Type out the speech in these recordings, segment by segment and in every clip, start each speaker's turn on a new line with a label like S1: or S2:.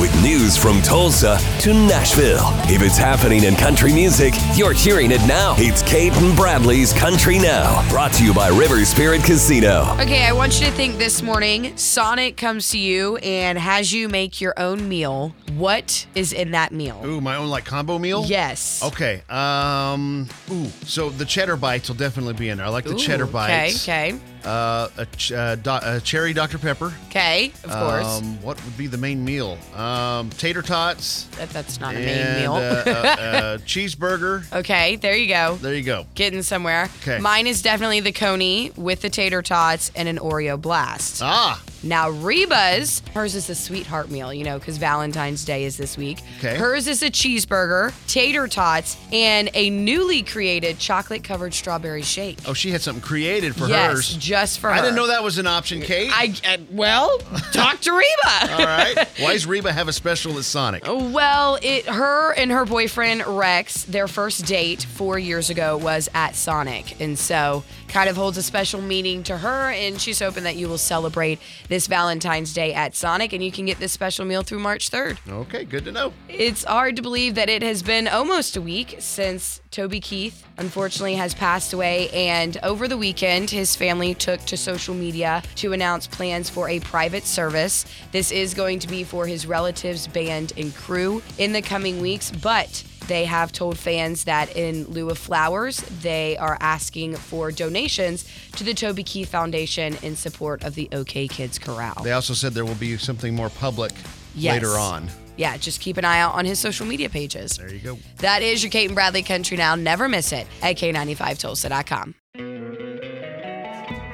S1: With news from Tulsa to Nashville. If it's happening in country music, you're hearing it now. It's Kate and Bradley's Country Now, brought to you by River Spirit Casino.
S2: Okay, I want you to think this morning. Sonic comes to you and has you make your own meal. What is in that meal?
S3: Ooh, my own like combo meal?
S2: Yes.
S3: Okay. Um. Ooh. So the cheddar bites will definitely be in there. I like the
S2: Ooh,
S3: cheddar bites.
S2: Okay, okay,
S3: Uh, a, ch- uh, do- a cherry Dr Pepper.
S2: okay. Of course,
S3: Um, what would be the main meal? Um, tater tots.
S2: that, that's not a
S3: and,
S2: main meal.
S3: uh, uh, uh, cheeseburger.
S2: okay, there you go.
S3: There you go.
S2: Getting somewhere.
S3: 'Kay.
S2: Mine is definitely the coney with the tater tots and an Oreo blast.
S3: Ah.
S2: Now Reba's, hers is a sweetheart meal, you know, because Valentine's Day is this week.
S3: 'Kay.
S2: Hers is a cheeseburger, tater tots, and a newly created chocolate covered strawberry shake.
S3: Oh, she had something created for
S2: yes,
S3: hers.
S2: just for her.
S3: I didn't know that was an option, Kate.
S2: I uh, well, talk to Reba.
S3: All right. Why does Reba have a special at Sonic?
S2: Oh. Well, it her and her boyfriend Rex, their first date four years ago was at Sonic, and so kind of holds a special meaning to her. And she's hoping that you will celebrate this Valentine's Day at Sonic, and you can get this special meal through March third.
S3: Okay, good to know.
S2: It's hard to believe that it has been almost a week since Toby Keith unfortunately has passed away. And over the weekend, his family took to social media to announce plans for a private service. This is going to be for his relatives, band, and crew in the coming weeks, but they have told fans that in lieu of flowers, they are asking for donations to the Toby Keith Foundation in support of the OK Kids Corral.
S3: They also said there will be something more public
S2: Yes.
S3: later on.
S2: Yeah, just keep an eye out on his social media pages.
S3: There you go.
S2: That is your Kate and Bradley Country Now. Never miss it at K95Tulsa.com.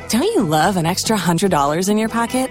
S4: Don't you love an extra $100 in your pocket?